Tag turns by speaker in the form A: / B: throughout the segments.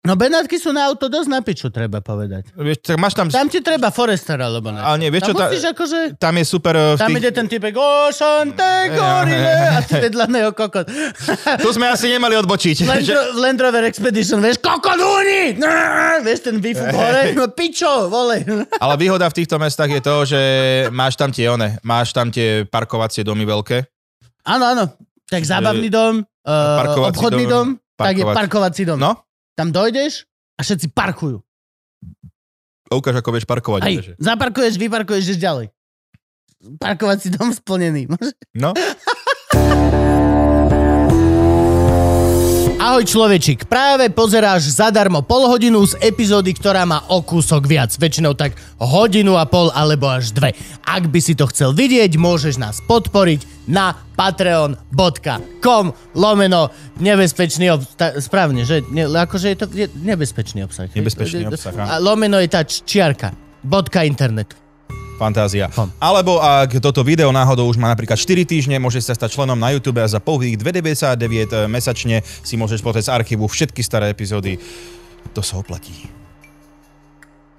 A: No Benátky sú na auto dosť na piču, treba povedať.
B: Vieš, tak máš tam...
A: Tam ti treba Forester alebo na
B: Ale nie, vieš čo,
A: tam
B: tá-
A: musíš akože...
B: Tam je super... e, V
A: Tam
B: tých...
A: ide ten typek, o, šante, gorile, a ty vedľaného kokot.
B: Tu sme asi nemali odbočiť.
A: Land,
B: že...
A: Ro- Land Rover Expedition, vieš, kokot úni! Vieš ten výfup hore, no pičo, vole.
B: Ale výhoda v týchto mestách je to, že máš tam tie one, máš tam tie parkovacie domy veľké.
A: Áno, áno, tak zábavný dom, uh,
B: Parkovací
A: obchodný
B: dom,
A: dom, tak je
B: parkovací.
A: parkovací dom.
B: No,
A: Tam dojdeš a všetci parkujú.
B: a ukáž, ako vieš parkovať.
A: Aj,
B: že-
A: zaparkuješ, vyparkuješ, ideš ďalej. Parkovací dom splnený.
B: No,
A: Ahoj človečik, práve pozeráš zadarmo pol hodinu z epizódy, ktorá má o kúsok viac, väčšinou tak hodinu a pol alebo až dve. Ak by si to chcel vidieť, môžeš nás podporiť na patreon.com lomeno nebezpečný obsah. Správne, že? Ne, akože je to je nebezpečný obsah. hej?
B: Nebezpečný obsah, áno.
A: A lomeno je tá č- čiarka. Bodka internet.
B: fantázia.
A: Hm.
B: Alebo ak toto video náhodou už má napríklad 4 týždne, môžeš sa stať členom na YouTube a za pouhých 2,99 e, mesačne si môžeš pozrieť z archívu všetky staré epizódy. To sa oplatí.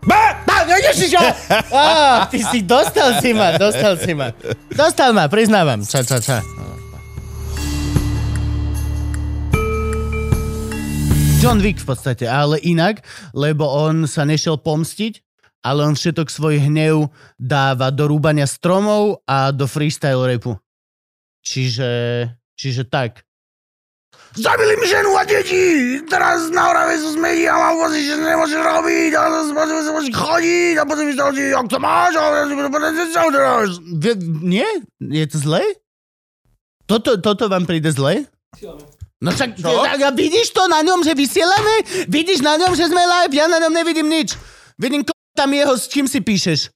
A: Á, no ježiš, ale- Á, ty si dostal si ma, dostal si ma. Dostal ma, priznávam. Ča, ča, ča. John Wick v podstate, ale inak, lebo on sa nešiel pomstiť, ale on všetok svoj hnev dáva do rúbania stromov a do freestyle rapu. Čiže, čiže tak. Zabili mi ženu a deti! Teraz na Orave sú smeti a mám pocit, že nemôžem robiť a môžem sa môžem chodiť a potom mi sa hodí, ak to máš, ale čo teraz? Nie? Je to zle? Toto, toto vám príde zle? No však, tak, a vidíš to na ňom, že vysielame? Vidíš na ňom, že sme live? Ja na ňom nevidím nič. Vidím, ko tam jeho, s čím si píšeš.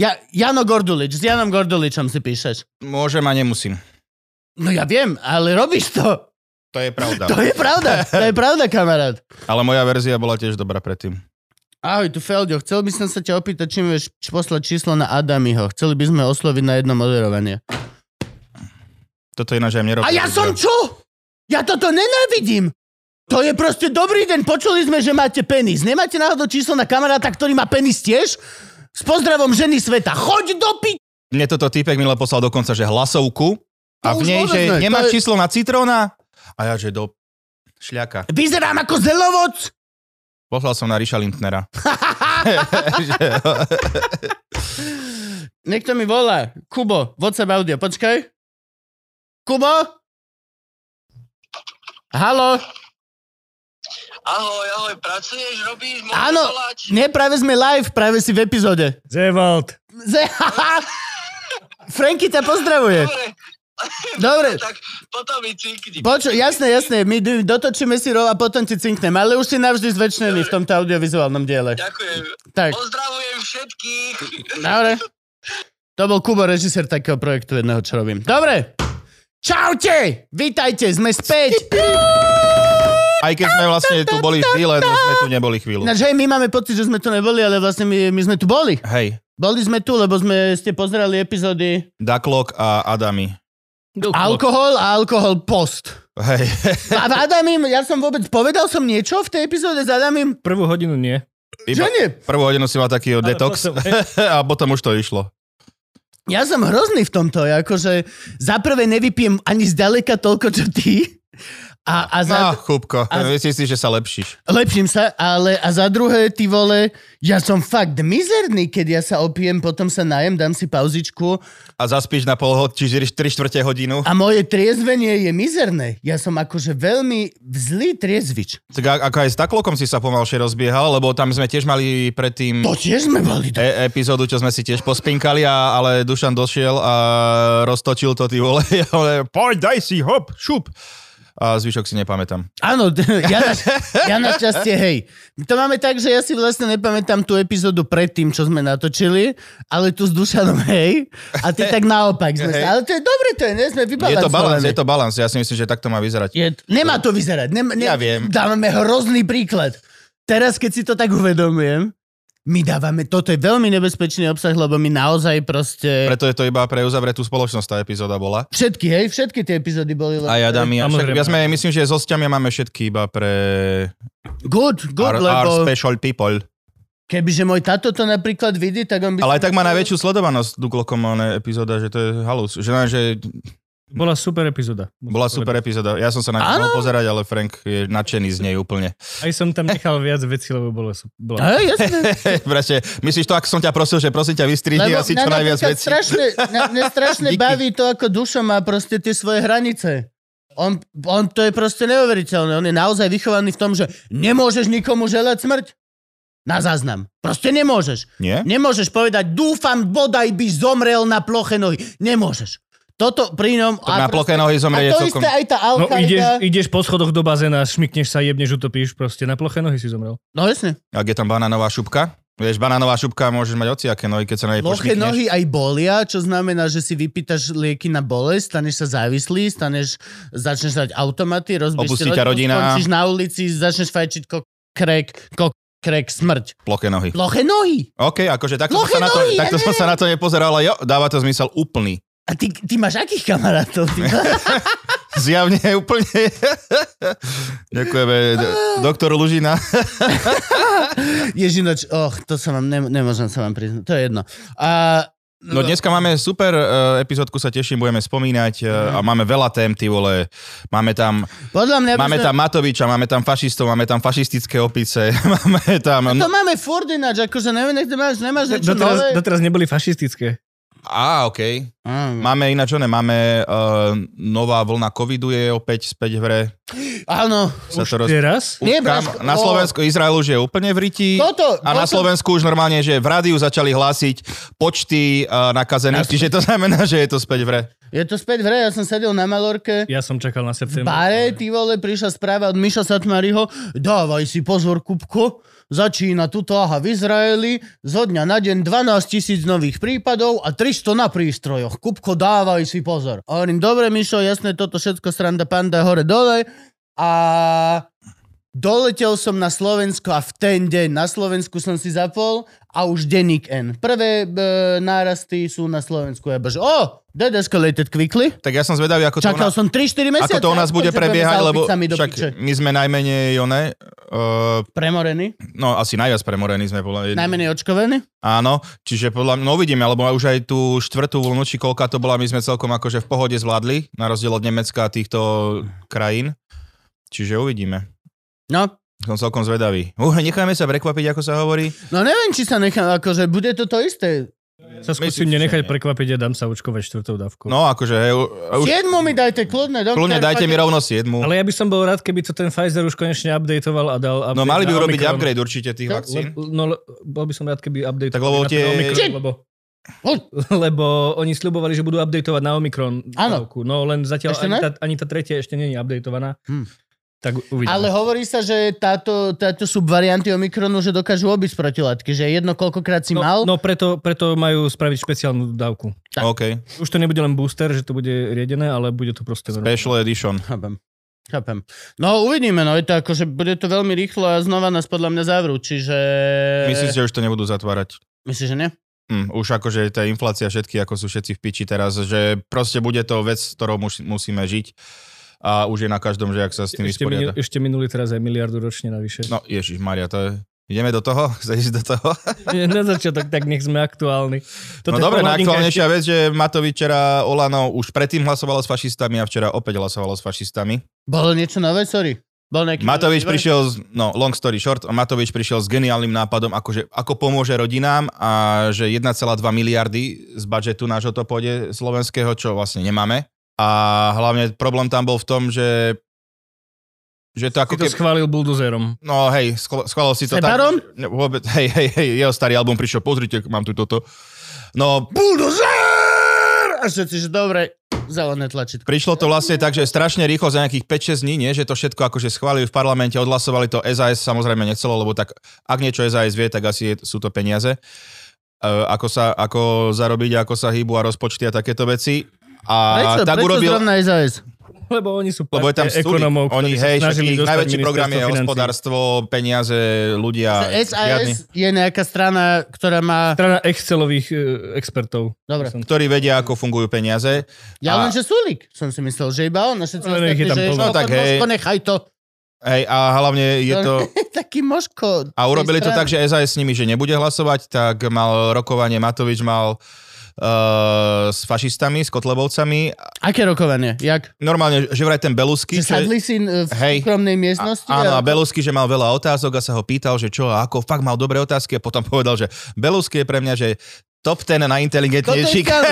A: Ja, Jano Gordulič, s Janom Gorduličom si píšeš.
B: Môžem a nemusím.
A: No ja viem, ale robíš to.
B: To je pravda.
A: To je pravda, to je pravda, kamarát.
B: Ale moja verzia bola tiež dobrá predtým.
A: Ahoj, tu Feldio. Chcel by som sa ťa opýtať, či mi vieš č- poslať číslo na Adamiho. Chceli by sme osloviť na jedno moderovanie.
B: Toto ináč aj mne robí.
A: A ja som čo? Ja toto nenávidím. To je proste dobrý deň. Počuli sme, že máte penis. Nemáte náhodou číslo na kamaráta, ktorý má penis tiež? S pozdravom ženy sveta. Choď do pi...
B: Mne toto týpek minule poslal dokonca, že hlasovku a
A: To
B: v
A: už
B: nej,
A: vôbec
B: že
A: ne,
B: nemá
A: to je-
B: číslo na citróna a ja, že do šľaka.
A: Vyzerám ako zelovoc.
B: Poslal som na Ríša Lindnera.
A: Niekto mi volá. Kubo, WhatsApp audio. Počkaj. Kubo? Halo?
C: Ahoj, ahoj, pracuješ, robíš, môžeš
A: Áno,
C: volať?
A: nie, práve sme live, práve si v epizóde.
D: Zevald.
A: Z- Franky ťa pozdravuje.
C: Dobre,
A: Dobre,
C: tak potom mi cinkni.
A: počuj, jasné, jasné, my d- dotočíme si rol a potom ti cinknem, ale už si navždy zväčšený v tomto audiovizuálnom diele.
C: Ďakujem.
A: Tak,
C: Pozdravujem všetkých.
A: dobre. To bol Kubo, režisér takého projektu jedného, čo robím. Dobre, čaute, vítajte, sme späť.
B: Aj keď sme vlastne tu boli chvíle, no sme tu neboli chvíľu.
A: Ináč, hej, my máme pocit, že sme tu neboli, ale vlastne my, my sme tu boli.
B: Hej,
A: Boli sme tu, lebo sme ste pozerali epizódy
B: Daklok a Adami.
A: Alkohol a Alkohol Post.
B: Hej.
A: A v Adamim, ja som vôbec povedal som niečo v tej epizóde s Adamim?
D: Prvú hodinu nie.
A: Že
B: Iba
A: nie?
B: prvú hodinu si mal taký detox
D: potom-
B: a potom už to išlo.
A: Ja som hrozný v tomto, ja akože za prvé nevypijem ani zďaleka toľko, čo ty. A, a za,
B: No, chúbko.
A: a-
B: Myslíš si, že sa lepšíš.
A: Lepším sa, ale a za druhé, ty vole, ja som fakt mizerný, keď ja sa opijem, potom sa najem, dám si pauzičku
B: A zaspíš na pol hod, čiže 3 čtvrte hodinu.
A: a moje triezvenie je mizerné. Ja som akože veľmi zlý triezvič.
B: Tak a- ako aj s Daklokom si sa pomalšie rozbiehal, lebo tam sme tiež mali predtým...
A: To tiež sme boli. do-
B: e- epizódu, čo sme si tiež pospinkali, a, ale Dušan došiel a roztočil to, ty vole. Ja hovorím, Poď, daj si, hop, šup. A zvyšok si nepamätám.
A: Áno, d- ja, na, ja našťastie, hej. To máme tak, že ja si vlastne nepamätám tú epizódu predtým, čo sme natočili, ale tu s Dušanom, hej. A ty tak naopak. Sme
B: Hej.
A: sa, ale to je dobre, to je, ne, sme
B: Je to balans,
A: vybalancovaní.
B: je to balans. Ja si myslím, že takto má vyzerať.
A: Je, nemá to vyzerať. Nem, ne,
B: Ja viem.
A: Dávame hrozný príklad. Teraz, keď si to tak uvedomujem, My dávame, toto je veľmi nebezpečný obsah, lebo my naozaj proste...
B: Preto je to iba pre uzavretú spoločnosť tá epizóda bola.
A: Všetky, hej, všetky tie epizódy boli...
B: A ja dám, ja, však,
D: Samozrejme.
B: ja sme, myslím, že s hostiami máme všetky iba pre
A: Good, good,
B: our, our
A: lebo
B: special people.
A: kebyže môj tato to napríklad vidí, tak on by...
B: Ale aj tak má najväčšiu sledovanosť Duklokom epizóda, že to je halus. Že, ne, že
D: Bola super epizóda. musím
B: bola
D: povedať.
B: super epizóda. Ja som sa na ňu
A: Áno.
B: mal pozerať, ale Frank je nadšený z nej úplne.
D: Aj som tam nechal viac vecí, lebo bolo su- bola...
A: Hej, jasne.
B: Proste, myslíš to, ako som ťa prosil, že prosím ťa vystrihni asi čo
A: mňa
B: najviac
A: napríklad
B: vecí.
A: Strašne, na, mňa strašne
B: Díky.
A: baví to, ako Dušo má proste tie svoje hranice. On, on to je proste neuveriteľné. On je naozaj vychovaný v tom, že nemôžeš nikomu želať smrť. Na záznam. Proste nemôžeš.
B: Nie?
A: Nemôžeš povedať, dúfam, bodaj by zomrel na ploché nohy. Nemôžeš. Toto pri ňom...
B: To na ploché
A: a
B: nohy zomrie je
A: to
B: celkom...
A: isté aj tá
D: No
A: Alkaida.
D: ideš, ideš po schodoch do bazéna, šmikneš sa, jebneš, utopíš, proste na ploché nohy si zomrel.
A: No jasne.
B: Ak je tam banánová šupka, vieš, banánová šupka môžeš mať hociaké nohy, keď sa na nej
A: Ploché
B: pošmikneš.
A: nohy aj bolia, čo znamená, že si vypýtaš lieky na bolesť, staneš sa závislý, staneš, začneš dať automaty, rozbiješ
B: Opustí
A: si
B: ťa
A: rodinu,
B: rodina.
A: skončíš na ulici, začneš fajčiť kok, krek, kok, krek, smrť.
B: Ploché nohy.
A: Ploché nohy!
B: OK, akože takto,
A: Ploché
B: som, sa na to,
A: nohy, ja
B: takto som sa na to nepozeral, ale jo, dáva to zmysel úplný.
A: A ty, ty máš akých kamarátov? Ty
B: Zjavne úplne. Ďakujeme d- doktoru Lužina.
A: Ježinoč, och, to sa vám, ne, nemôžem sa vám priznať, to je jedno. A,
B: No dneska máme super eh, epizódku, sa teším, budeme spomínať eh, a
A: Mhm.
B: máme veľa tém, ty vole. Máme tam,
A: podľa mňa... akože- by
B: máme
A: sme-
B: tam Matoviča, máme tam fašistov, máme tam fašistické opice, máme tam...
A: To máme furt ináč, akože neviem, nech nemáš, nemáš niečo nové.
D: Doteraz, doteraz neboli fašistické.
B: Á, okej.
A: Á,
B: Máme ináč, čo ne, máme uh, nová vlna covidu je opäť späť v hre.
A: Áno.
B: Sa to roz...
D: Teraz?
A: Nie, no.
B: Už kam,
A: Brasko-
B: na
A: o-
B: Slovensku, Izrael už je úplne v riti.
A: Toto,
B: A na
A: toto-
B: Slovensku už normálne, že v rádiu začali hlásiť počty uh, nakazených,
A: Jasne.
B: čiže to znamená, že je to späť v hre.
A: Je to späť v hre, ja som sedel na Malorke.
D: Ja som čakal na
A: V
D: september.
A: bare, ty vole, prišla správa od Miša Satmariho, dávaj si pozor, Kupko, začína tuto, aha, v Izraeli, zo dňa na deň 12 tisíc nových prípadov a 300 na prístrojoch. Kupko, dávaj si pozor. A hovorím, dobre, Mišo, jasné, toto všetko sranda panda hore dole. A Doletel som na Slovensko a v ten deň na Slovensku som si zapol a už denník N. Prvé e, nárasty sú na Slovensku. Ja bože, o, that escalated quickly.
B: Tak ja som zvedavý, ako to, u
A: Čakal
B: nás,
A: som 3-4 mesiace.
B: ako to u nás
A: že
B: bude
A: budeme
B: prebiehať,
A: za
B: lebo
A: opicami do
B: však
A: piče.
B: my sme najmenej, one, uh,
A: Premorený,
B: no asi najviac premorení sme. Podľa,
A: najmenej očkovený.
B: Áno, čiže podľa mňa, no uvidíme, alebo už aj tú štvrtú vlnu, či koľka to bola, my sme celkom akože v pohode zvládli, na rozdiel od Nemecka a týchto krajín. Čiže uvidíme.
A: No,
B: Som celkom zvedavý. Uh, necháme sa prekvapiť, ako sa hovorí.
A: no neviem, či sa nechám, akože bude to to isté.
D: Sa
B: Myslím
D: skúsim
B: si, že
D: nenechať
B: nie.
D: prekvapiť a dám sa očkovať štvrtou dávkou.
B: No, akože, hej, u- už,
A: Siedmu mi dajte, kľudne. doktor,
B: kľudne dajte mi
A: poďte.
B: rovno siedmu.
D: Ale ja by som bol rád, keby to ten Pfizer už konečne updateoval a dal... Update
B: No mali by
D: na
B: urobiť
D: Omikron.
B: upgrade určite tých
A: To-
B: vakcín.
D: Le- No, le- bol by som rád, keby update...
B: Tak lebo
D: na ten
B: tie-
D: Omikron,
A: Či-
D: lebo,
A: Hoď.
D: lebo oni sľubovali, že budú updateovať na Omikron
A: Áno.
D: dávku. No len zatiaľ
A: Ešte
D: ani
A: ne?
D: tá, ani tá tretia ešte nie je updateovaná.
A: Hm.
D: Tak uvidíme.
A: Ale hovorí sa, že táto, táto subvarianty Omikronu, že dokážu obísť protilátky, že jedno koľkokrát si
D: no,
A: mal.
D: no preto, preto majú spraviť špeciálnu dávku.
A: tak.
B: OK,
D: Už to nebude len booster, že to bude riedené, ale bude to proste normálne.
B: special edition.
A: Chápem. Chápem. No uvidíme, no je to akože, bude to veľmi rýchlo a znova nás podľa mňa zavrú, čiže...
B: Myslím, že už to nebudú zatvárať.
A: Myslíš, že nie?
B: Hm, už akože tá inflácia, všetky ako sú všetci v piči teraz, že proste bude to vec, s ktorou muž, musíme žiť. A už je na každom, že ak sa s tým
D: Ešte, minu,
B: vysporiada.
D: ešte minuli teraz aj miliardu ročne navyše.
B: No, Ježiš Maria, to je... Ideme do toho? Chceš ísť do toho?
D: Na začiatok, tak nech sme aktuálni.
B: no
D: je
B: dobre,
D: pol hodinka
B: najaktuálnejšia vec, že Matovič včera Olano už predtým hlasovalo s fašistami a včera opäť hlasovalo s fašistami.
A: Bolo niečo nové, sorry. Bol nejaký
B: Matovič
A: nový vývoj?
B: prišiel, s, no long story short, Matovič prišiel s geniálnym nápadom, akože, ako pomôže rodinám a že 1,2 miliardy z budžetu nášho to pôjde slovenského, čo vlastne nemáme. A hlavne problém tam bol v tom, že že to
D: ešte-
B: ako
D: Si to
B: keby...
D: schválil buldozerom.
B: No hej, schval- schválil si to
A: Sebarom?
B: tak. Ne, vôbec, hej, hej, hej, jeho starý album prišiel, pozrite, mám tu toto. No, buldozer!
A: A všetci, že dobre, zelené tlačítko.
B: Prišlo to vlastne tak, že strašne rýchlo za nejakých 5-6 dní, nie? že to všetko akože schválili v parlamente, odhlasovali to SAS, samozrejme nechcelo, lebo tak ak niečo SAS vie, tak asi je, sú to peniaze. E, ako, sa, ako zarobiť, ako sa hýbu a rozpočty a takéto veci. A
A: Prečo,
B: tak
A: prečo
B: urobil...
A: zrovna SAS?
D: Lebo oni sú
B: Lebo je tam
D: partia
B: stúdy.
D: ekonomov, ktorí
B: Oni,
D: sa
B: hej, však
D: snažili
B: ich
D: dostať
B: najväčší program je
D: ministerstvo financií.
B: hospodárstvo, peniaze, ľudia.
A: SAS
B: žiadny,
A: je nejaká strana, ktorá má...
D: Strana teda Excelových e, expertov.
A: Dobre.
D: Som-
B: ktorí vedia, ako fungujú peniaze.
A: Ja
B: A-
A: len, že Sulik som si myslel, že iba on. A všetci
D: No,
A: ostatní,
D: nech je tam
A: že
D: plno.
B: No, tak hej.
A: Možko, nechaj to.
B: Hej, a hlavne je to...
A: Taký možko.
B: A urobili to
A: tej
B: tak, že SAS s nimi, že nebude hlasovať, tak mal rokovanie, Matovič mal uh, s fašistami, s kotlebovcami.
A: strany. Aké rokovanie? Jak?
B: Normálne, že vraj ten Belusky...
A: Že sadli si e, v
B: Hej.
A: súkromnej miestnosti?
B: A, áno, a Belusky, že mal veľa otázok a sa ho pýtal, že čo a ako, fakt mal dobré otázky a potom povedal, že Belusky je pre mňa, že top ten
A: toto, je
B: najinteligentnejší.
A: stalo.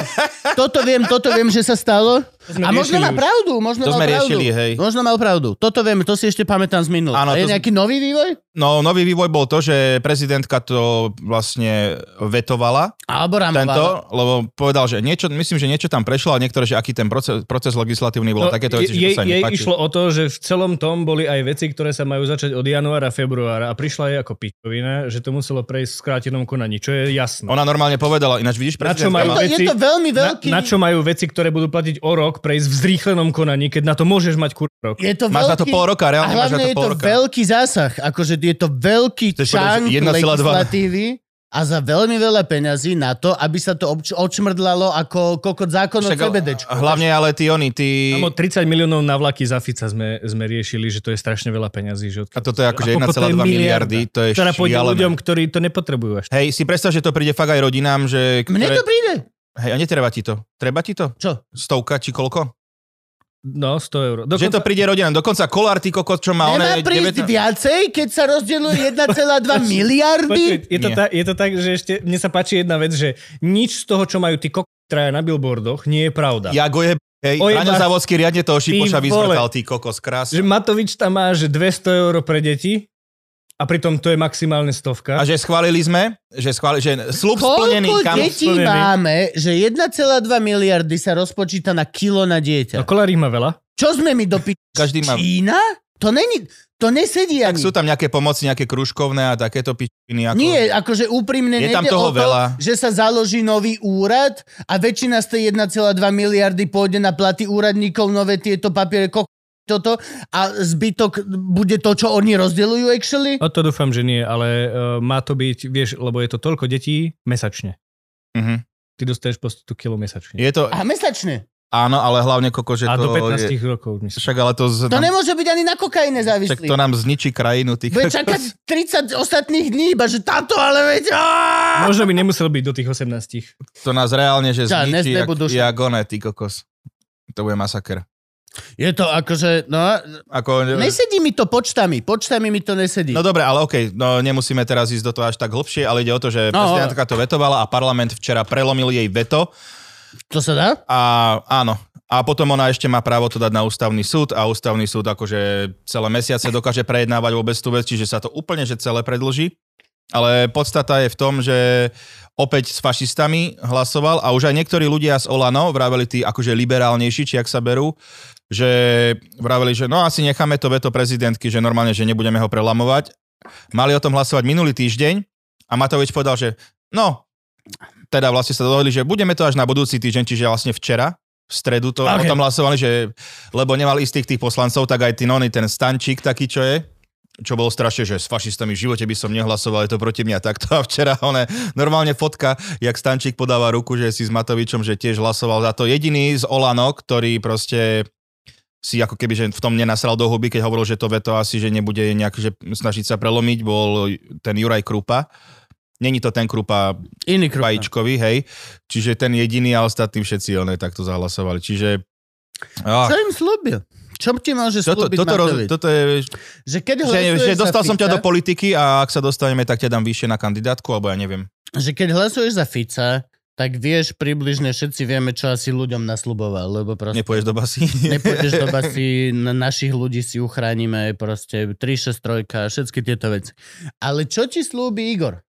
A: toto viem, toto viem, že sa stalo.
D: sme
A: A možno
D: No, riešili
A: má
D: už.
A: pravdu, možno
B: To
A: mal
B: sme
A: pravdu. No.
B: riešili, hej.
A: Možno mal pravdu. Toto viem, to si ešte pamätám z minul.
B: Áno,
A: A je
B: to sme-
A: nejaký nový vývoj?
B: No, nový vývoj bol to, že prezidentka to vlastne vetovala,
A: Alebo Ramová.
B: tento, lebo povedal, že niečo, myslím, že niečo tam prešlo a niektoré, že aký ten proces, proces legislatívny bol, no, takéto veci,
D: jej,
B: že to sa jej
D: jej
B: nepáči.
D: išlo o to, že v celom tom boli aj veci, ktoré sa majú začať od januára, februára a prišla jej ako pičovina, že to muselo prejsť v skrátenom konaní, čo je jasné.
B: Ona normálne povedala, ináč vidíš,
D: Na čo
B: prezidentka
D: majú
A: Je
B: má-
A: to, je
D: veci-
A: to veľmi
D: na,
A: veľký...
D: na čo majú veci, ktoré budú platiť o rok, prejsť v zrýchlenom konaní, keď na to môžeš mať kur rok.
A: Je to
B: Máš na to
A: veľký-
B: pol roka, reálne
A: A
B: máš
A: hlavne
B: na to
A: je
B: pol
A: to
B: roka.
A: veľký zásah. Akože je to veľký
B: To je škoda,
A: čank
B: že 1,2.
A: legislatívy a za veľmi veľa peňazí na to, aby sa to obč- očmrdlalo ako kokot zákon o
B: Však, ale-
A: CBDčku.
B: hlavne ale ty oni, ty...
D: Kámo, 30 miliónov na vlaky za Fica sme, sme riešili, že to je strašne veľa peňazí. Že
B: A
D: odkiaľ...
B: toto je akože
D: A koľko to je
B: 1,2 miliardy,
D: miliarda,
B: to je
D: ktorá pôjde
B: šialené.
D: ľuďom, ktorí to nepotrebujú až.
B: Hej, si predstav, že to príde fakt aj rodinám, že...
A: Mne to príde.
B: Hej, a netreba ti to. Treba ti to?
A: Čo?
B: Stovka či koľko?
D: No, 100 eur.
B: Že to príde rodinám. Dokonca kolár, ty kokot, čo má...
A: Nemá
B: oné
A: prísť
B: 19
A: viacej, keď sa rozdeluje 1,2
D: Počuj,
A: miliardy?
D: je, to
B: Nie.
D: ta, je to tak, že ešte mne sa páči jedna vec, že nič z toho, čo majú tí kokotraja na billboardoch, nie je pravda.
B: Ja go je... Hej,
D: Ojeba-
B: Raňo Závodský riadne toho Šipoša
D: Ty
B: vyzvrtal, ty kokos,
D: Že
B: krásne.
D: Matovič tam má, že 200 eur pre deti a pritom to je maximálne stovka.
B: A že schválili sme, že, schválili, že slub splnený,
A: Koľko
B: kam...
A: detí
D: splnený?
A: máme, že 1,2 miliardy sa rozpočíta na kilo na
D: No
A: dieťa?
D: kolár ich má veľa.
A: Čo sme mi dopí...
B: Každý má-
A: Čína? To není... To nesedí ani.
B: Tak sú tam nejaké pomoci, nejaké krúžkovné a takéto pičiny. Ako...
A: Nie, akože úprimne nejde
B: Je tam
A: o
B: toho
A: to,
B: veľa.
A: že sa založí nový úrad a väčšina z tej 1,2 miliardy pôjde na platy úradníkov, nové tieto papiere, ko- toto a zbytok bude to, čo oni rozdeľujú actually.
D: No to dúfam, že nie, ale uh, má to byť, vieš, lebo je to toľko detí mesačne.
B: Mhm.
D: Ty dostaneš po 100 kilo mesačne.
B: Je to,
A: A mesačne.
B: áno, ale hlavne koko, že
D: a
B: to
D: do 15
B: je,
D: rokov, myslím.
B: však ale to, z,
A: To nemôže byť ani na kokaine
B: však to
A: závislý.
B: nám zničí krajinu. Tých,
A: Bude čakať 30 ostatných dní, iba že táto, ale veď... aaa!
D: Možno by nemusel byť do tých 18.
B: To nás reálne, že
A: Ča, nezde
B: zničí, jak,
A: budú šak-
B: jak one, ty kokos. To bude masaker.
A: Je to akože, no,
B: Ako,
A: nesedí mi to počtami, počtami mi to nesedí.
B: no dobre, ale okej, no nemusíme teraz ísť do toho až tak hlbšie, ale ide o to, že
A: No,
B: prezidentka to vetovala a parlament včera prelomil jej veto
A: To sa dá?
B: a áno. A potom ona ešte má právo to dať na ústavný súd a ústavný súd akože celé mesiace dokáže prejednávať vôbec tú vec, čiže sa to úplne že celé predlží. Ale podstata je v tom, že opäť s fašistami hlasoval a už aj niektorí ľudia z Olano vraveli tí akože liberálnejší, či ak sa berú, že vraveli, že no asi necháme to veto prezidentky, že normálne, že nebudeme ho prelamovať. Mali o tom hlasovať minulý týždeň a Matovič povedal, že no, teda vlastne sa dohodli, že budeme to až na budúci týždeň, čiže vlastne včera, v stredu to okay. o
A: Okay.
B: tom hlasovali, že lebo nemali istých tých poslancov, tak aj ten oný, ten Stančík taký, čo je, čo bolo strašne, že s fašistami v živote by som nehlasoval, je to proti mňa takto. A včera one, normálne fotka, jak Stančík podáva ruku, že si s Matovičom, že tiež hlasoval za to. Jediný z Olano, ktorý proste si ako keby že v tom nenasral do huby, keď hovoril, že to veto asi, že nebude nejak, že snažiť sa prelomiť, bol ten Juraj Krupa. Není to ten Krupa
A: Iný krok.
B: Pajíčkovi, hej. Čiže ten jediný a ostatní všetci one takto zahlasovali. Čiže...
A: Čo
B: Ah,
A: im slúbil? Čo ti môže
B: toto,
A: slúbiť
B: toto, roz,
A: Matovič?
B: toto je, vieš,
A: Že keď
B: že,
A: hlasuješ
B: že
A: za
B: dostal som
A: Fica,
B: ťa do politiky a ak sa dostaneme, tak ťa dám vyššie na kandidátku, alebo ja neviem.
A: že keď hlasuješ za Fica, tak vieš približne všetci vieme, čo asi ľuďom nasľuboval, lebo proste
B: Nepôjdeš do basy.
A: nepôjdeš do basy, na našich ľudí si uchránime, proste 363, všetky tieto veci. Ale čo ti slúbi Igor?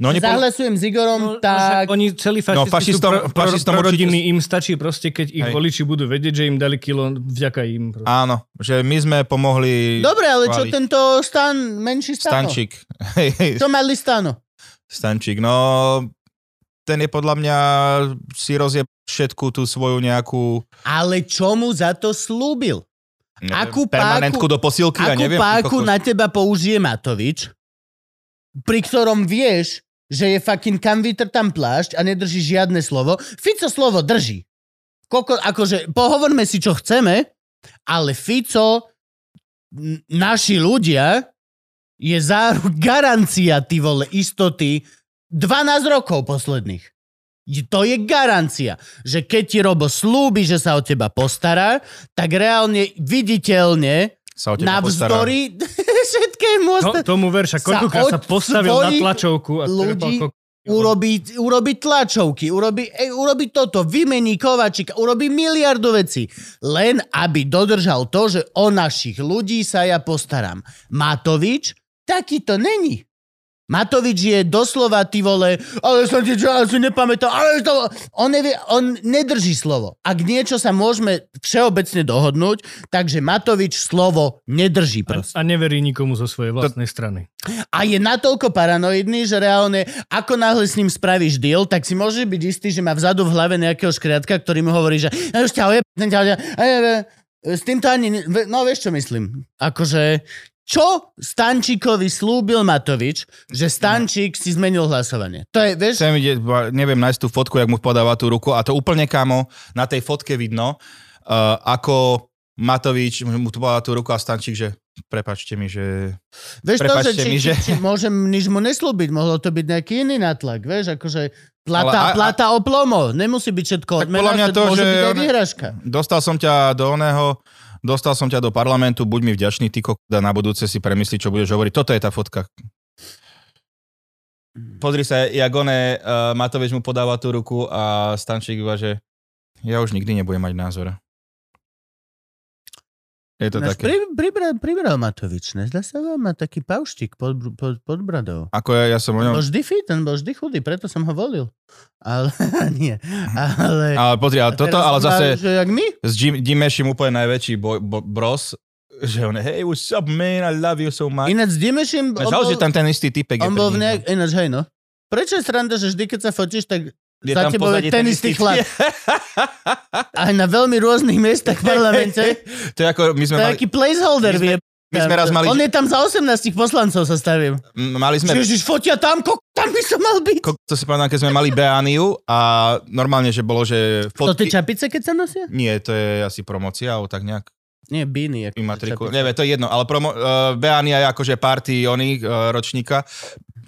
B: No,
A: Oni
B: nepo...
A: Zahlasujem s Igorom, No, tak...
D: No, Oni celí fašisti
B: No, fašistom-
D: sú pro, pro,
B: fašistom
D: pro
B: určite-
D: rodiny, im stačí proste, keď ich
B: Hej.
D: voliči budú vedieť, že im dali kilo vďaka im. proste.
B: Áno, že my sme pomohli
A: Dobre, ale čo
B: Chváliť.
A: tento stan, menší stano?
B: Stančík. Hej, hej,
A: Čo mali stano?
B: Stančík, no ten je podľa mňa si rozje všetku tú svoju nejakú
A: Ale čo mu za to slúbil?
B: neviem,
A: Akú páku-
B: permanentku do posilky, ja
A: Akú
B: neviem.
A: páku
B: kokos.
A: na teba použije Matovič, pri ktorom vieš, že je fucking kamvítr tam plášť a nedrží žiadne slovo. Fico slovo drží. Koko, akože pohovorme si, čo chceme, ale Fico, n- naši ľudia, je záru garancia, ty vole, istoty 12 rokov posledných. Je- To je garancia, že keď ti Robo slúbi, že sa o teba postará, tak reálne viditeľne
B: Sa o teba
A: navzdory všetkému
D: No,
A: osta-
D: tomu ver, však
A: Sa
D: koľkokrát sa
A: od
D: postavil na
A: svojich
D: tlačovku a
A: ľudí
D: trepal kok-
A: urobí, urobí tlačovky, urobí, e, urobí toto, vymení Kovačika, urobí miliardu vecí. Len aby dodržal to, že o našich ľudí sa ja postaram. Matovič taký to není. Matovič je doslova ty vole, ale som ti čo, ale si nepamätal, ale to... On, nevie, on nedrží slovo. Ak niečo sa môžeme všeobecne dohodnúť, takže Matovič slovo nedrží
D: A,
A: proste.
D: a neverí nikomu zo svojej vlastnej strany.
A: A je natoľko paranoidný, že reálne, ako náhle s ním spravíš deal, tak si môže byť istý, že má vzadu v hlave nejakého škriatka, ktorý mu hovorí, že "Ja už ťa ojeb, ten ťa ojeb, e, e, e." s týmto ani... ne- ve- No vieš, čo myslím. Akože, čo Stančíkovi slúbil Matovič, že Stančík si zmenil hlasovanie? To je, vieš,
B: Sem ide, neviem nájsť tú fotku, jak mu podáva tú ruku a to úplne kámo, na tej fotke vidno, uh, ako Matovič mu tu podáva tú ruku a Stančík, že prepačte mi, že...
A: vieš to, že
B: Prepačte
A: či,
B: mi,
A: či,
B: že-
A: či, môžem nič mu neslúbiť, mohlo to byť nejaký iný natlak, vieš, akože
B: Ale
A: plata,
B: a- a-
A: plata o plomo, nemusí byť všetko
B: Tak podľa
A: odmena,
B: mňa to,
A: môže
B: že
A: byť aj
B: on-
A: výhražka.
B: Dostal som ťa do oného, dostal som ťa do parlamentu, buď mi vďačný, ty kokda, na budúce si premyslí, čo budeš hovoriť. Toto je tá fotka. Pozri sa, jak one, uh, Matovič mu podáva tú ruku a Stančík iba, že ja už nikdy nebudem mať názor. Je to
A: Náš
B: také.
A: pri, pribral, pribral Matovič, nezdá sa vám? Má taký pauštik pod, br- pod, pod bradou.
B: Ako ja, ja som o ňom...
A: Bol vždy fit, ten bol vždy chudý, preto som ho volil. Ale nie. Ale,
B: Ale pozri,
A: a
B: ale toto,
A: teraz
B: ale
A: som
B: zase
A: mal, Že jak my?
B: s Jim, Dimešim úplne najväčší boj, bo, bros, že on, hey, what's up, man, I love you so much.
A: Ináč s Dimešim... on bol-
B: Žal, že tam ten istý typek je
A: On
B: pri
A: bol v
B: ním.
A: nejak... Ináč, hej no. Prečo je sranda, že vždy, keď sa fotíš, tak
B: Je
A: za
B: tam
A: tebou
B: pozadí
A: je ten istý chlap. Aj na veľmi rôznych miestach v parlamente.
B: to je ako, my
A: To
B: sme
A: je
B: mali,
A: aký placeholder,
B: No, my sme-
A: vie.
B: my sme raz mali-
A: On je tam za 18 poslancov, sa stavím.
B: m- mali sme,
A: Ježiš, fotia tam, ko, tam by som mal byť.
B: ko- to si pamätám, keď sme mali Beániu a normálne, že bolo, že
A: To tie
B: fotky,
A: čapice, keď sa nosia?
B: nie, to je asi promocia, alebo tak nejak
A: Nie, bíny. ako
B: imatriku.
A: čapice.
B: Neviem, to je jedno, ale promo, uh, Beánia je akože party oných uh, ročníka.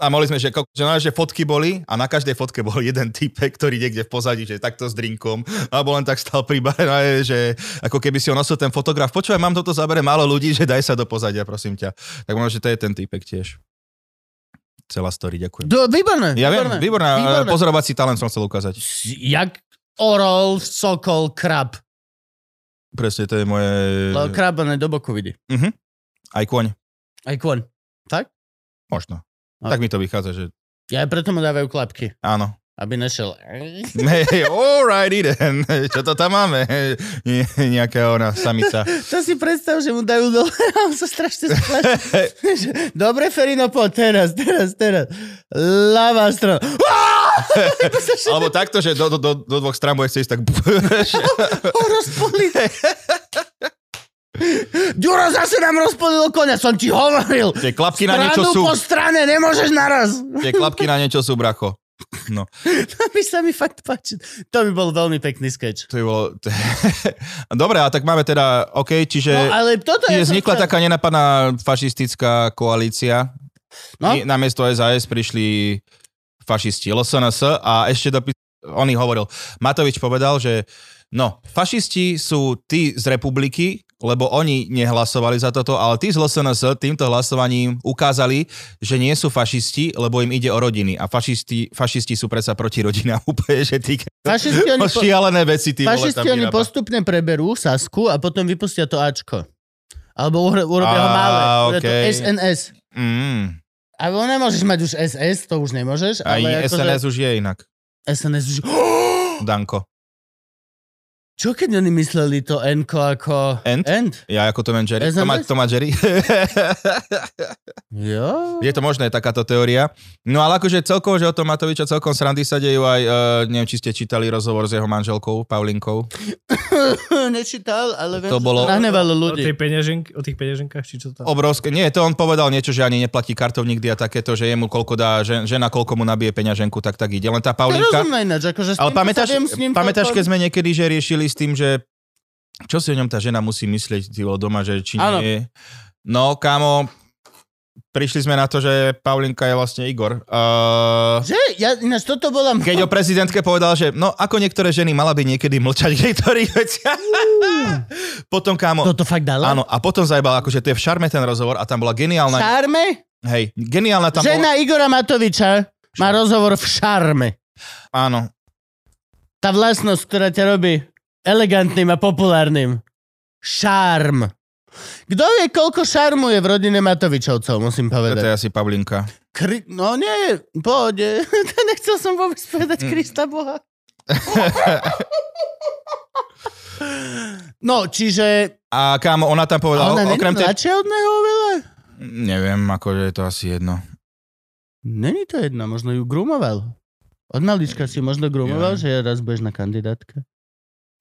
B: A mohli sme, že, ko- že, no, že fotky boli a na každej fotke bol jeden typek, ktorý niekde v pozadí, že takto s drinkom, alebo len tak stal pri bare, no, je, že ako keby si ho nosil ten fotograf. Počúvaj, mám toto, zabere málo ľudí, že daj sa do pozadia, prosím ťa. Tak možno, že to je ten typek tiež. Celá story, ďakujem.
A: Do, výborné,
B: Ja viem,
A: výborné.
B: výborná,
A: výborné.
B: výborné. e, pozorovací talent som chcel ukázať.
A: S- Jak orol, sokol, krab.
B: Presne, to je moje...
A: Lebo krab ne do boku vidí.
B: Aj kôň,
A: Aj kon.
B: možno.
A: No.
B: Tak mi to vychádza, že
A: Ja aj preto mu dávajú klapky,
B: áno.
A: aby nešiel.
B: Hey, alrighty then. Čo to tam máme? Nie, nejaká ona samica.
A: To si predstav, že mu dajú dole a on sa strašne splaší. Že, Dobre, Ferino, poď teraz, teraz, teraz. Ľavá strana. To sa všetko
B: Alebo takto, že do, do, do, do dvoch strán budeš ísť tak...
A: rozpolilo. Ďuro, zase nám rozpolilo konia, som ti hovoril.
B: Tie klapky na niečo
A: Stranu
B: sú.
A: po strane, nemôžeš naraz.
B: Tie klapky na niečo sú, bracho. No,
A: To by sa mi fakt páčil. To by bol veľmi pekný sketch.
B: to je bolo... Dobre, a tak máme teda... OK, čiže...
A: No ale toto
B: Čiže
A: ja som
B: vznikla
A: chcel-
B: taká nenapadná fašistická koalícia.
A: No.
B: No? Na miesto SAS prišli fašisti LSNS a ešte do pi- on ich hovoril. Matovič povedal, že no, fašisti sú tí z republiky, lebo oni nehlasovali za toto, ale tí z LSNS týmto hlasovaním ukázali, že nie sú fašisti, lebo im ide o rodiny. A fašisti, fašisti sú predsa proti rodinám úplne, že tí
A: Fašisti oni, po,
B: šialené veci tí vole tam
A: fašisti oni
B: vyrába.
A: postupne preberú Sasku a potom vypustia to Ačko. Alebo uhra- urobia ho
B: Á,
A: malé. Bude to
B: okej.
A: SNS.
B: Mm.
A: A on nemôžeš mať už SS, to už nemôžeš.
B: Aj
A: ale akože-
B: SNS už je inak.
A: SNS už...
B: Danko.
A: Čo keď oni mysleli to N ako...
B: Ant?
A: End?
B: Ja ako Tom and Jerry.
A: As a
B: Tom, a-
A: nice-
B: Tom a Jerry.
A: Jo.
B: je to možné, takáto teória. No ale akože celkovo, že o tom Matoviča celkom srandy sa dejú aj, uh, neviem, či ste čítali rozhovor s jeho manželkou, Paulinkou.
A: Nečítal, ale viem,
B: To
A: že
B: bolo-
A: to nahnevalo
D: O,
A: ľudí.
D: tej peňaženk, o tých peňaženkách, či čo to tam?
B: Obrovské. Nie, to on povedal niečo, že ani neplatí kartov nikdy a takéto, že jemu koľko dá žen, žena, koľko mu nabije peňaženku, tak tak ide. Len tá Paulinka...
A: Nerozumné ináč, akože s týmto
B: Ale
A: sa
B: pamätáš,
A: viem s ním
B: pamätáš,
A: celkom-
B: keď sme niekedy že riešili s tým, že čo si o ňom tá žena musí myslieť ty vole, doma, že či
A: Áno.
B: nie. No, kámo, prišli sme na to, že Paulinka je vlastne Igor. Uh,
A: Že? Ja, ináč toto bola...
B: keď o prezidentke povedal, že no, ako niektoré ženy mala by niekedy mlčať v niektorých veciach. potom, kámo,
A: Toto fakt dala?
B: áno, a potom zajebal, akože to je v šarme ten rozhovor a tam bola geniálna,
A: Šarme?
B: hej, geniálna tam bola,
A: Žena Igora Matoviča má rozhovor v šarme.
B: áno,
A: Tá vlastnosť, ktorá ťa robí elegantným a populárnym. Šarm. Kto vie, koľko šarmu je v rodine Matovičovcov, musím
B: to je
A: povedať.
B: asi Pavlinka.
A: Kri- no nie, pohode. Nechcel som vôbec
B: Mm.
A: povedať Krista Boha. No, čiže...
B: A kámo, ona tam
A: A
B: povedala,
A: ona
B: o-
A: není
B: No, okrem tej...
A: mladšia od neho oveľa?
B: Neviem, akože je to asi jedno.
A: Není to jedna, možno ju grumoval. Od malička si možno grumoval,
B: Ja.
A: že raz budeš na kandidátke.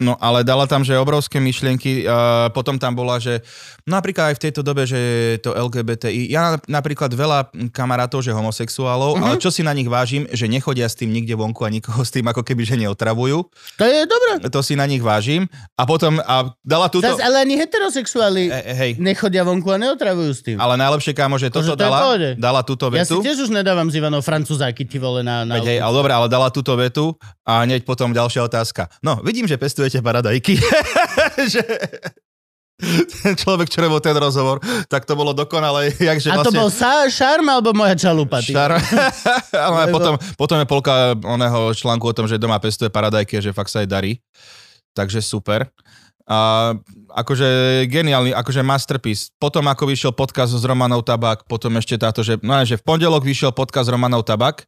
B: No ale dala tam, že obrovské myšlienky, a potom tam bola, že no napríklad aj v tejto dobe, že to LGBTI, ja na- napríklad veľa kamarátov, že homosexuálov,
A: Mhm.
B: ale čo si na nich vážim, že nechodia s tým nikde vonku a nikoho s tým ako keby, že neotravujú,
A: To je dobré.
B: to si na nich vážim a potom a dala túto...
A: Zas, ale ani heterosexuáli
B: E, e, hej,
A: nechodia vonku a neotravujú s tým.
B: ale najlepšie kámo, že
A: Akože to je v
B: toto dala,
A: pohode.
B: dala túto
A: Ja si
B: vetu.
A: tiež už nedávam z Ivanov francúzáky, ty vole, na... na
B: Veď hej, ale dobre, ale dala túto vetu a hneď potom ďalšia otázka. No, vidím, že pestujete paradajky. že... Ten človek, čo robil ten rozhovor, tak to bolo dokonale. Jakže
A: a to
B: vlastne
A: bol sa, šarm alebo moja čalupa? Ty?
B: Šar... ale
A: Lebo-
B: potom, potom je polka oného článku o tom, že doma pestuje paradajky, a že fakt sa jej darí. Takže super. A akože geniálny, akože masterpiece. Potom ako vyšiel podcast s Romanov Tabak, potom ešte táto, že, no, že v pondelok vyšiel podcast s Romanov Tabak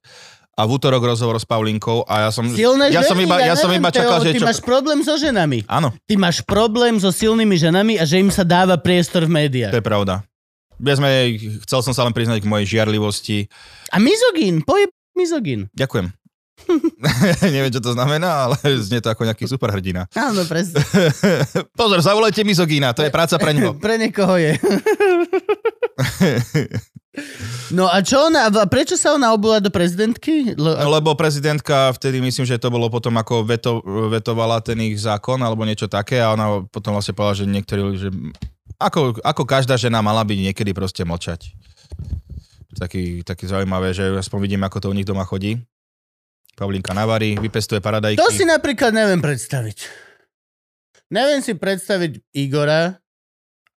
B: a v útorok rozhovor s Paulinkou a ja som,
A: Silné
B: ja
A: ženy,
B: som iba, ja som
A: neviem,
B: iba
A: Teo,
B: čakal,
A: Ty
B: že čo...
A: máš problém so ženami.
B: Áno,
A: Ty máš problém so silnými ženami a že im sa dáva priestor v
B: to
A: médiách.
B: je pravda. Ja sme, chcel som sa len priznať k mojej žiarlivosti.
A: A mizogín, pojeb mizogín.
B: Ďakujem. Neviem, čo to znamená, ale znie to ako nejaký superhrdina.
A: Áno, presne.
B: Pozor, zavolajte mizogína, to je práca pre neho.
A: Pre niekoho je. No a čo ona, a prečo sa ona obula do prezidentky? Le,
B: Lebo prezidentka vtedy, myslím, že to bolo potom ako veto, vetovala ten ich zákon alebo niečo také a ona potom vlastne povedala, že niektorí, že ako, ako každá žena mala byť niekedy proste mlčať. Taký, taký zaujímavé, že aspoň vidím, ako to u nich doma chodí. Pavlinka navarí, vypestuje paradajky.
A: to si napríklad neviem predstaviť. Neviem si predstaviť Igora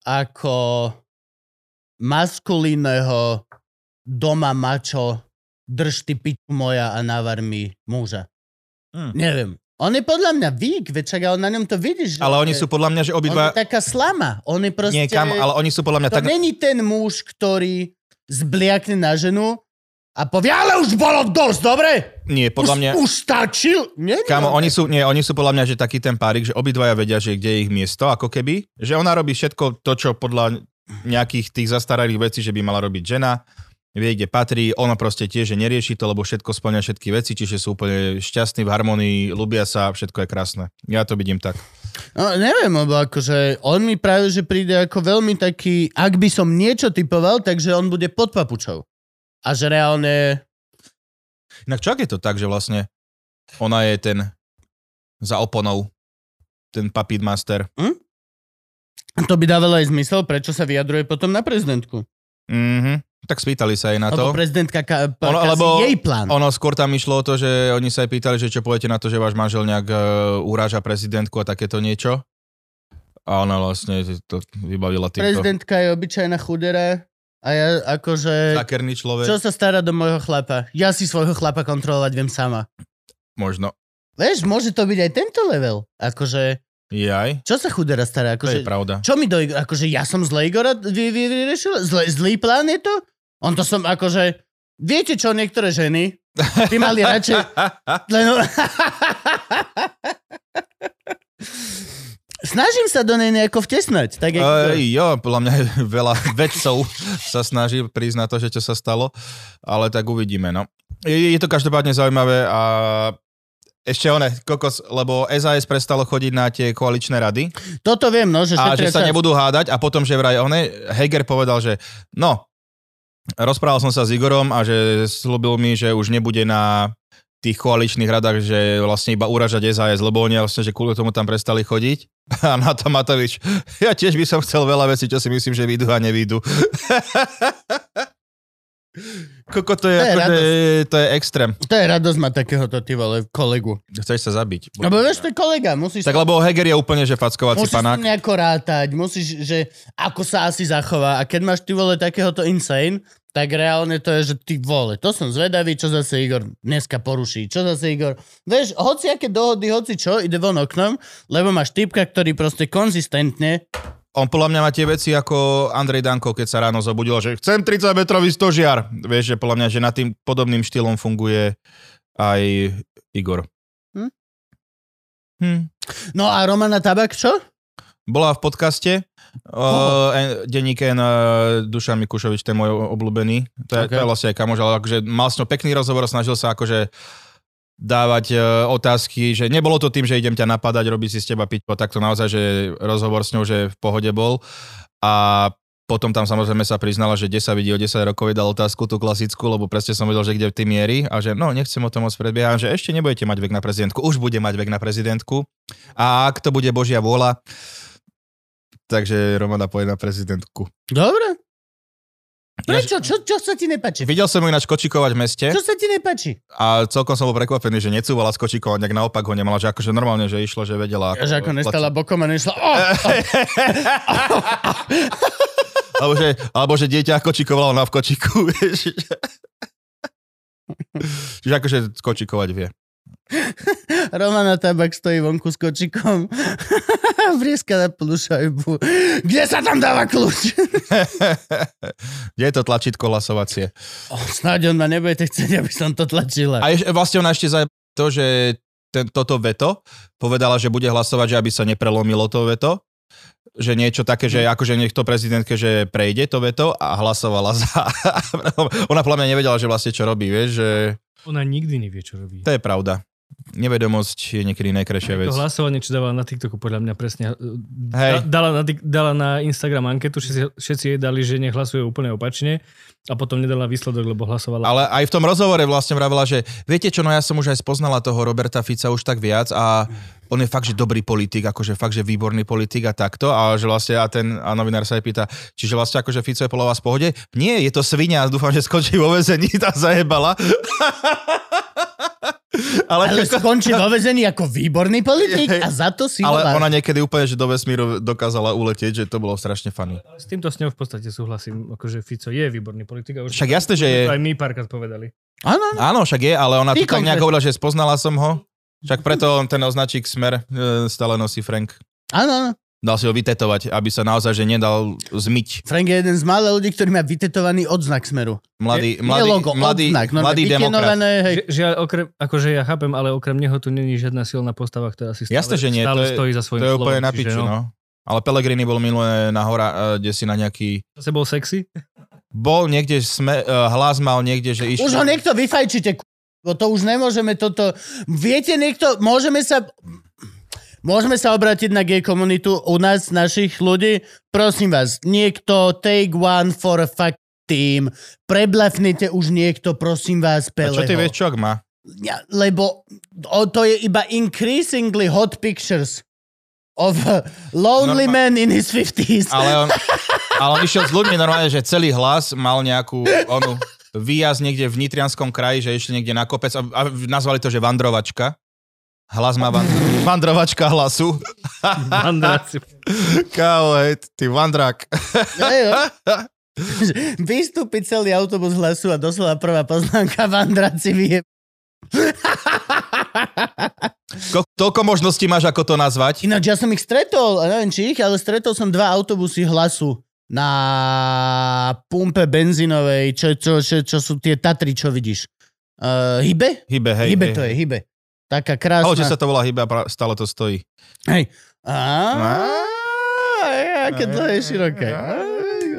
A: ako maskulínneho doma mačo drž ty piču moja a navar mi muža.
B: Hm.
A: Neviem. On je podľa mňa vík, veď čak, ale na ňom to vidíš. že
B: Ale
A: on
B: oni
A: je-
B: sú podľa mňa, že
A: On
B: obidva...
A: je taká slama. On je proste...
B: Niekam, ale oni sú podľa mňa
A: To
B: tak...
A: není ten muž, ktorý zbliakne na ženu a povie, ale už bolo dosť, dobre?
B: Nie, podľa
A: už,
B: mňa...
A: už stačil? Nie, nie.
B: Kámo, oni sú, nie, oni sú podľa mňa, že taký ten párik, že obidvaja vedia, že kde je ich miesto, ako keby. Že ona robí všetko to, čo podľa nejakých tých zastaralých vecí, že by mala robiť žena, vie, kde patrí, ona proste tiež, že nerieši to, lebo všetko splňa všetky veci, čiže sú úplne šťastní, v harmonii, ľubia sa, všetko je krásne. Ja to vidím tak.
A: No, neviem, lebo akože on mi práve, že príde ako veľmi taký, ak by som niečo typoval, takže on bude pod papučou. A že reálne...
B: Inak čo ak je to tak, že vlastne ona je ten za oponou, ten papír master.
A: To by dávalo aj zmysel, prečo sa vyjadruje potom na prezidentku.
B: Mhm. Tak spýtali sa jej na to.
A: Alebo prezidentka ka, pa,
B: Ono-
A: ono,
B: lebo
A: jej plán.
B: Ono skôr tam išlo o to, že oni sa aj pýtali, že čo poviete na to, že váš manžel nejak uh, uráža prezidentku a takéto niečo. A ona vlastne to vybavila týmto.
A: prezidentka je obyčajná chudera a ja akože...
B: Zakerný človek,
A: Čo sa stará do môjho chlapa? Ja si svojho chlapa kontrolovať viem sama.
B: možno.
A: Vieš, môže to byť aj tento level. Akože,
B: Jaj,
A: čo sa chudera stará?
B: to je
A: Akože,
B: pravda.
A: čo mi do Igora? Akože ja som zle Igora vy, vy, vyriešil? Zle, zlý plán je to? On to som akože... Viete čo, niektoré ženy by mali radšej... Len... Snažím sa do nej nejako vtesnať. Tak ako...
B: Ej, jo, podľa mňa je veľa vedcov sa snaží prísť na to, že čo sa stalo, ale tak uvidíme, no. Je, je to každopádne zaujímavé a ešte one, kokos, lebo SAS prestalo chodiť na tie koaličné rady
A: Toto viem, no, že
B: a
A: šetria
B: že sa
A: čas.
B: nebudú hádať a potom, že vraj one, Heger povedal, že no, rozprával som sa s Igorom a že slúbil mi, že už nebude na tých koaličných radách, že vlastne iba uražať SAS, lebo oni vlastne, že kvôli tomu tam prestali chodiť. A na to Matovič, ja tiež by som chcel veľa vecí, čo si myslím, že vyjdú a nevyjdú. Koko, to je,
A: To je
B: ako, to, je, to je extrém.
A: To je radosť mať takéhoto, ty vole, kolegu.
B: Chceš sa zabiť.
A: Lebo No, vieš, to je kolega, musíš...
B: Tak lebo Heger je úplne, že fackovací
A: Musíš si
B: panák.
A: nejako rátať, musíš, že ako sa asi zachová. A keď máš ty vole takéhoto insane, tak reálne to je, že ty vole, to som zvedavý, čo zase Igor dneska poruší, čo zase Igor. Vieš, hoci aké dohody, hoci čo, ide von oknom, lebo máš typka, ktorý proste konzistentne,
B: On podľa mňa má tie veci ako Andrej Danko, keď sa ráno zobudil, že chcem 30-metrový stožiar. Vieš, že podľa mňa, že nad tým podobným štýlom funguje aj Igor.
A: Hm?
B: Hm.
A: no a Romana Tabak čo?
B: Bola v podcaste
A: Koho?
B: uh, denník N, uh, Dušan Mikušovič, ten môj obľúbený. To je, okay. to
A: Okay.
B: je vlastne aj kamož, ale akože mal s ňou pekný rozhovor, snažil sa akože dávať uh, otázky, že nebolo to tým, že idem ťa napadať, robiť si z teba piť, tak to naozaj, že rozhovor s ňou, že v pohode bol. A potom tam samozrejme sa priznala, že 10 vidí o 10 rokov jej dal otázku tú klasickú, lebo presne som vedel, že kde ty miery a že no, nechcem o tom moc predbiehať, že ešte nebudete mať vek na prezidentku, už bude mať vek na prezidentku a ak to bude Božia vôľa, takže Romana pôjde na prezidentku.
A: Dobre. Prečo? Čo, čo sa ti nepáči?
B: Videl som ju ináč kočikovať v meste
A: Čo sa ti nepáči?
B: a celkom som bol prekvapený, že necúvala z kočikov, nejak naopak ho nemala, že akože normálne, že išlo, že vedela.
A: Že ako nestala bokom a nešla... Oh,
B: alebo, že, alebo že dieťa kočikovalo ona v kočiku. vieš. Čiže akože kočikovať vie.
A: Romana Tabak stojí vonku s kočikom. Vrieska na plušajbu. Kde sa tam dáva kľúč?
B: Kde je to tlačítko hlasovacie?
A: oh, snáď on ma nebudete chcieť, aby som to tlačila.
B: A ješ, vlastne ona ešte za to, že ten, toto veto povedala, že bude hlasovať, že aby sa neprelomilo to veto že niečo také, že akože nech to prezidentke, že prejde to veto a hlasovala za. Ona podľa mňa nevedela, že vlastne čo robí, vieš, že
D: Ona nikdy nevie, čo robí.
B: to je pravda. Nevedomosť je niekedy najkrajšia vec.
D: To hlasovanie, čo dávala na TikToku, podľa mňa presne.
B: Hej.
D: Hej. Dala, na, Tik- dala na Instagram anketu, všetci, všetci jej dali, že nech hlasuje úplne opačne a potom nedala výsledok, lebo hlasovala.
B: Ale aj v tom rozhovore vlastne vravila, že viete čo, no ja som už aj spoznala toho Roberta Fica už tak viac a on je fakt, že dobrý politik, akože fakt, že výborný politik a takto a že vlastne a ten a novinár sa aj pýta, čiže vlastne akože Fico je podľa vás v pohode? Nie, je to svinia, dúfam, že skončí vo vezení, tá zajebala.
A: Ale skončí vo vezení ako výborný politik a za to si
B: ale
A: ho vážim.
B: ona niekedy úplne, že do vesmíru dokázala uletieť, že to bolo strašne funny.
D: Ale s týmto s ňou v podstate súhlasím, akože Fico je výborný politik. A už
B: Však jasné, že je.
D: To aj my párkrát povedali.
A: Áno, áno.
B: Áno, však je, ale ona
A: Ty
B: tu tak nejak
A: konkrétne.
B: hovorila, že spoznala som ho. Však preto on ten označík smer e, stále nosí Frank.
A: áno, áno.
B: Dal si ho vytetovať, aby sa naozaj že nedal zmyť.
A: Frank je jeden z mála ľudí, ktorý má vytetovaný odznak smeru. Mladý,
B: Mladý, mladý,
A: Nie logo,
B: mladý,
A: odznak. normálne
B: mladý demokrat.
A: vytenované, hej.
D: Že, žiaľ, okrem, akože ja chápem, ale okrem neho tu není žiadna silná postava, ktorá si stále,
B: Jasné, že nie, to
D: stále
B: je-
D: stojí za svojím
B: To je
D: slovom.
B: úplne na
D: čiže
B: piču, no. Ale Pellegrini bol minulé na hora, e, kde si na nejaký...
D: Zase bol sexy?
B: Bol niekde, sme, e, hlas mal niekde, že išiel...
A: Už ho niekto vyfajčite, ku- bo to už nemôžeme toto... Viete, niekto, môžeme sa... Môžeme sa obrátiť na gay komunitu u nás, našich ľudí. Prosím vás, niekto take one for a fuck team. Preblafnite už niekto, prosím vás,
B: A
A: Peleho.
B: čo ty vieš, čo ak má?
A: Ja, lebo o, to je iba increasingly hot pictures of a lonely
B: Norma-
A: man in his 50s.
B: Ale on, ale on išiel s ľuďmi normálne, že celý hlas mal nejakú onu výjazd niekde v Nitrianskom kraji, že išli niekde na kopec a, a nazvali to, že vandrovačka. Hlas má van, vandrovačka hlasu.
D: Andráci.
B: Kámo, hej, ty vandrák.
A: Hej, no. Že Vystúpi celý autobus hlasu a doslova prvá poznámka vandraci vie.
B: Ko- toľko možností máš, ako to nazvať.
A: Ináč ja som ich stretol, a neviem či ich, ale stretol som dva autobusy hlasu na pumpe benzínovej, čo, čo, čo, čo sú tie Tatry, čo vidíš. Uh, hybe?
B: Hybe, hej.
A: hybe
B: hej.
A: to je, hybe. Taká
B: Ale
A: krásna.
B: že sa to volá hybe a pra- stále to stojí.
A: Hej, Á, aké to je široké.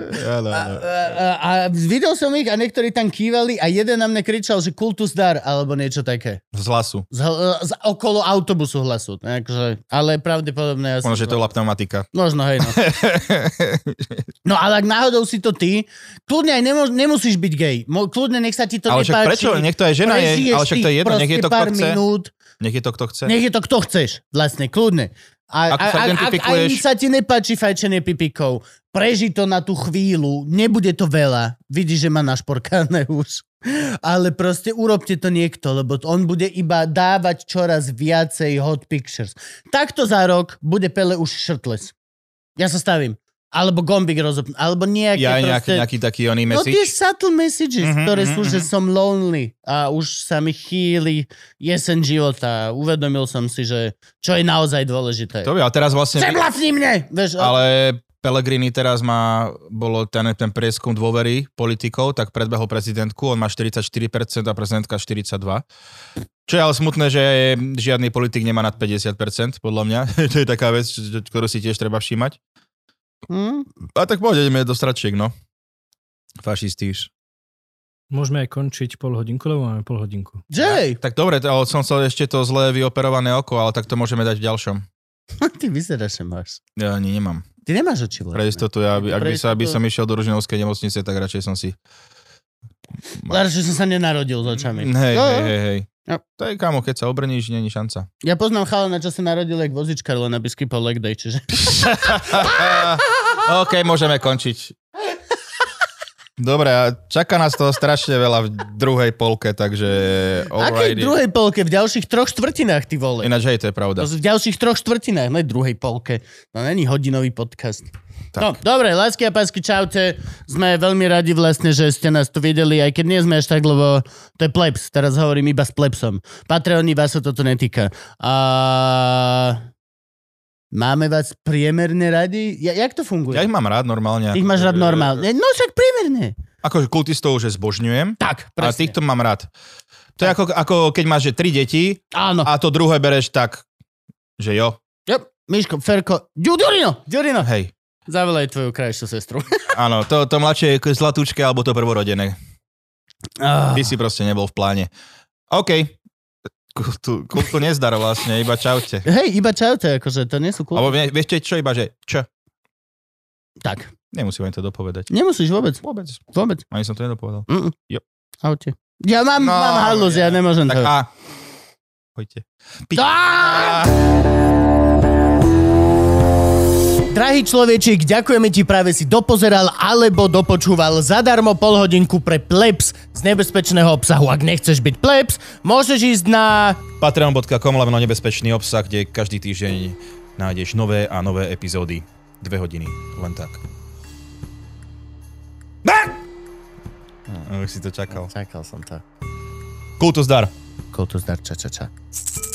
B: Áno,
A: A,
B: áno.
A: a, a videl som ich a niektorí tam kývali a jeden na mňa kričal, že kultus dar alebo niečo také.
B: Z hlasu.
A: Z, hl- z okolo autobusu hlasu. Takže, ale pravdepodobne... ja som-
B: Možno, že to bola pneumatika.
A: Možno, hej, no. No ale ak náhodou si to ty, kľudne aj nemo, nemusíš byť gej. Mo, kľudne nech sa ti to
B: ale však
A: nepáči.
B: prečo? Niekto je žena, je,
A: Prežiješ
B: ale však to je
A: tých
B: jedno, nech
A: proste
B: je to, kto
A: pár
B: chce.
A: minút,
B: Nech je to, kto chce.
A: nech je to kto chceš, vlastne, kľudne. A, a, a,
B: Ako sa
A: ak aj
B: identifikuješ?
A: sa ti nepáči fajčenie pipikov, preži to na tú chvíľu, nebude to veľa. Vidíš, že má našporkané už. Ale proste urobte to niekto, lebo on bude iba dávať čoraz viacej hot pictures. Takto za rok bude Pele už shirtless. Ja sa stavím. Alebo gombik rozopn, alebo nejaké
B: Ja aj nejaký,
A: proste...
B: nejaký taký oný
A: No tie
B: message.
A: subtle messages,
B: Mhm,
A: mm-hmm, ktoré
B: mhm,
A: sú, že
B: mhm.
A: som lonely a už sa mi chýli jesen života. Uvedomil som si, že čo je naozaj dôležité.
B: To by, a teraz vlastne...
A: Sem vlastní mne! Vieš, ale...
B: Ale Pellegrini teraz má, bolo ten, ten prieskum dôvery politikov, tak predbehol prezidentku, on má 44% a prezidentka 42%. Čo je ale smutné, že žiadny politik nemá nad 50%, podľa mňa. to je taká vec, čo- čo- ktorú si tiež treba všímať.
A: Hm?
B: A tak poď, ideme do stračiek, no. Fašistíš.
D: Môžeme aj končiť pol hodinku, lebo máme pol hodinku.
A: Jay,
B: Tak dobre, to- ale som chcel ešte to zlé vyoperované oko, ale tak to môžeme dať v ďalšom.
A: ty vyzeráš, že máš.
B: Ja ani nemám.
A: Ty nemáš oči vlastné.
B: Pre istotu, ja, aby, ak by sa, aby
A: Pre istotu-
B: som išiel do Ružinovskej nemocnice, tak radšej som si...
A: Lár, že som sa nenarodil s očami.
B: Hej,
A: No,
B: hej, hej, hej.
A: No.
B: To je kámo, keď sa obrníš, není šanca.
A: Ja poznám chalana, čo sa narodil jak vozičkar, len aby skipol leg day, čiže...
B: OK, môžeme končiť. Dobre, a čaká nás toho strašne veľa v druhej polke, takže...
A: Akej
B: alrighty.
A: druhej polke? V ďalších troch štvrtinách, ty vole.
B: Ináč, hej, to je pravda.
A: To sú No, v ďalších troch štvrtinách, ne druhej polke. To není hodinový podcast. Tak. No, dobre, lásky a pásky, čaute. Sme veľmi radi vlastne, že ste nás tu videli, aj keď nie sme až tak, lebo to je plebs. Teraz hovorím iba s plebsom. Patreoni vás sa toto netýka. A... Máme vás priemerne radi? Ja, jak to funguje?
B: Ja ich mám rád
A: Ty
B: normálne.
A: ich máš rád
B: akože-
A: normálne. No však priemerne.
B: Akože kultistov už zbožňujem,
A: Tak,
B: a
A: presne.
B: týchto mám rád. To je ako, ako keď máš že tri deti
A: Áno.
B: a to druhé bereš tak, že jo,
A: Yep. Miško, Ferko, Ďu- Ďurino, Ďurino.
B: hej.
A: Zavolaj tvoju krajšiu sestru.
B: Áno, to, to mladšie je zlatúčke alebo to prvorodené.
A: Ah.
B: Ty si proste nebol v pláne. OK. Kultu, kultu nezdar vlastne, iba čaute.
A: Hej, iba čaute, akože to nie sú kultúry.
B: Alebo vie- vieš čo, iba že č.
A: Tak.
B: Nemusíme to dopovedať.
A: Nemusíš vôbec.
B: Vôbec.
A: Vôbec.
B: Ani som to nedopovedal.
A: Mm-mm.
B: Jo.
A: Aute. Ja mám,
B: No,
A: no, mám halus, ja
B: ja.
A: nemôžem
B: Tak
A: to.
B: a... Poďte. Piť.
A: Á! Drahý človečik, ďakujeme ti, práve si dopozeral alebo dopočúval zadarmo pol hodinku pre plebs z nebezpečného obsahu. Ak nechceš byť plebs, môžeš ísť na...
B: Patreon.com lomeno nebezpečný obsah, kde každý týždeň nájdeš nové a nové epizódy. Dve hodiny. Len tak. Ah! Už si to čakal. Hm,
A: Čakal som to.
B: Kultu zdar.
A: Kultus dar, ča, ča, ča.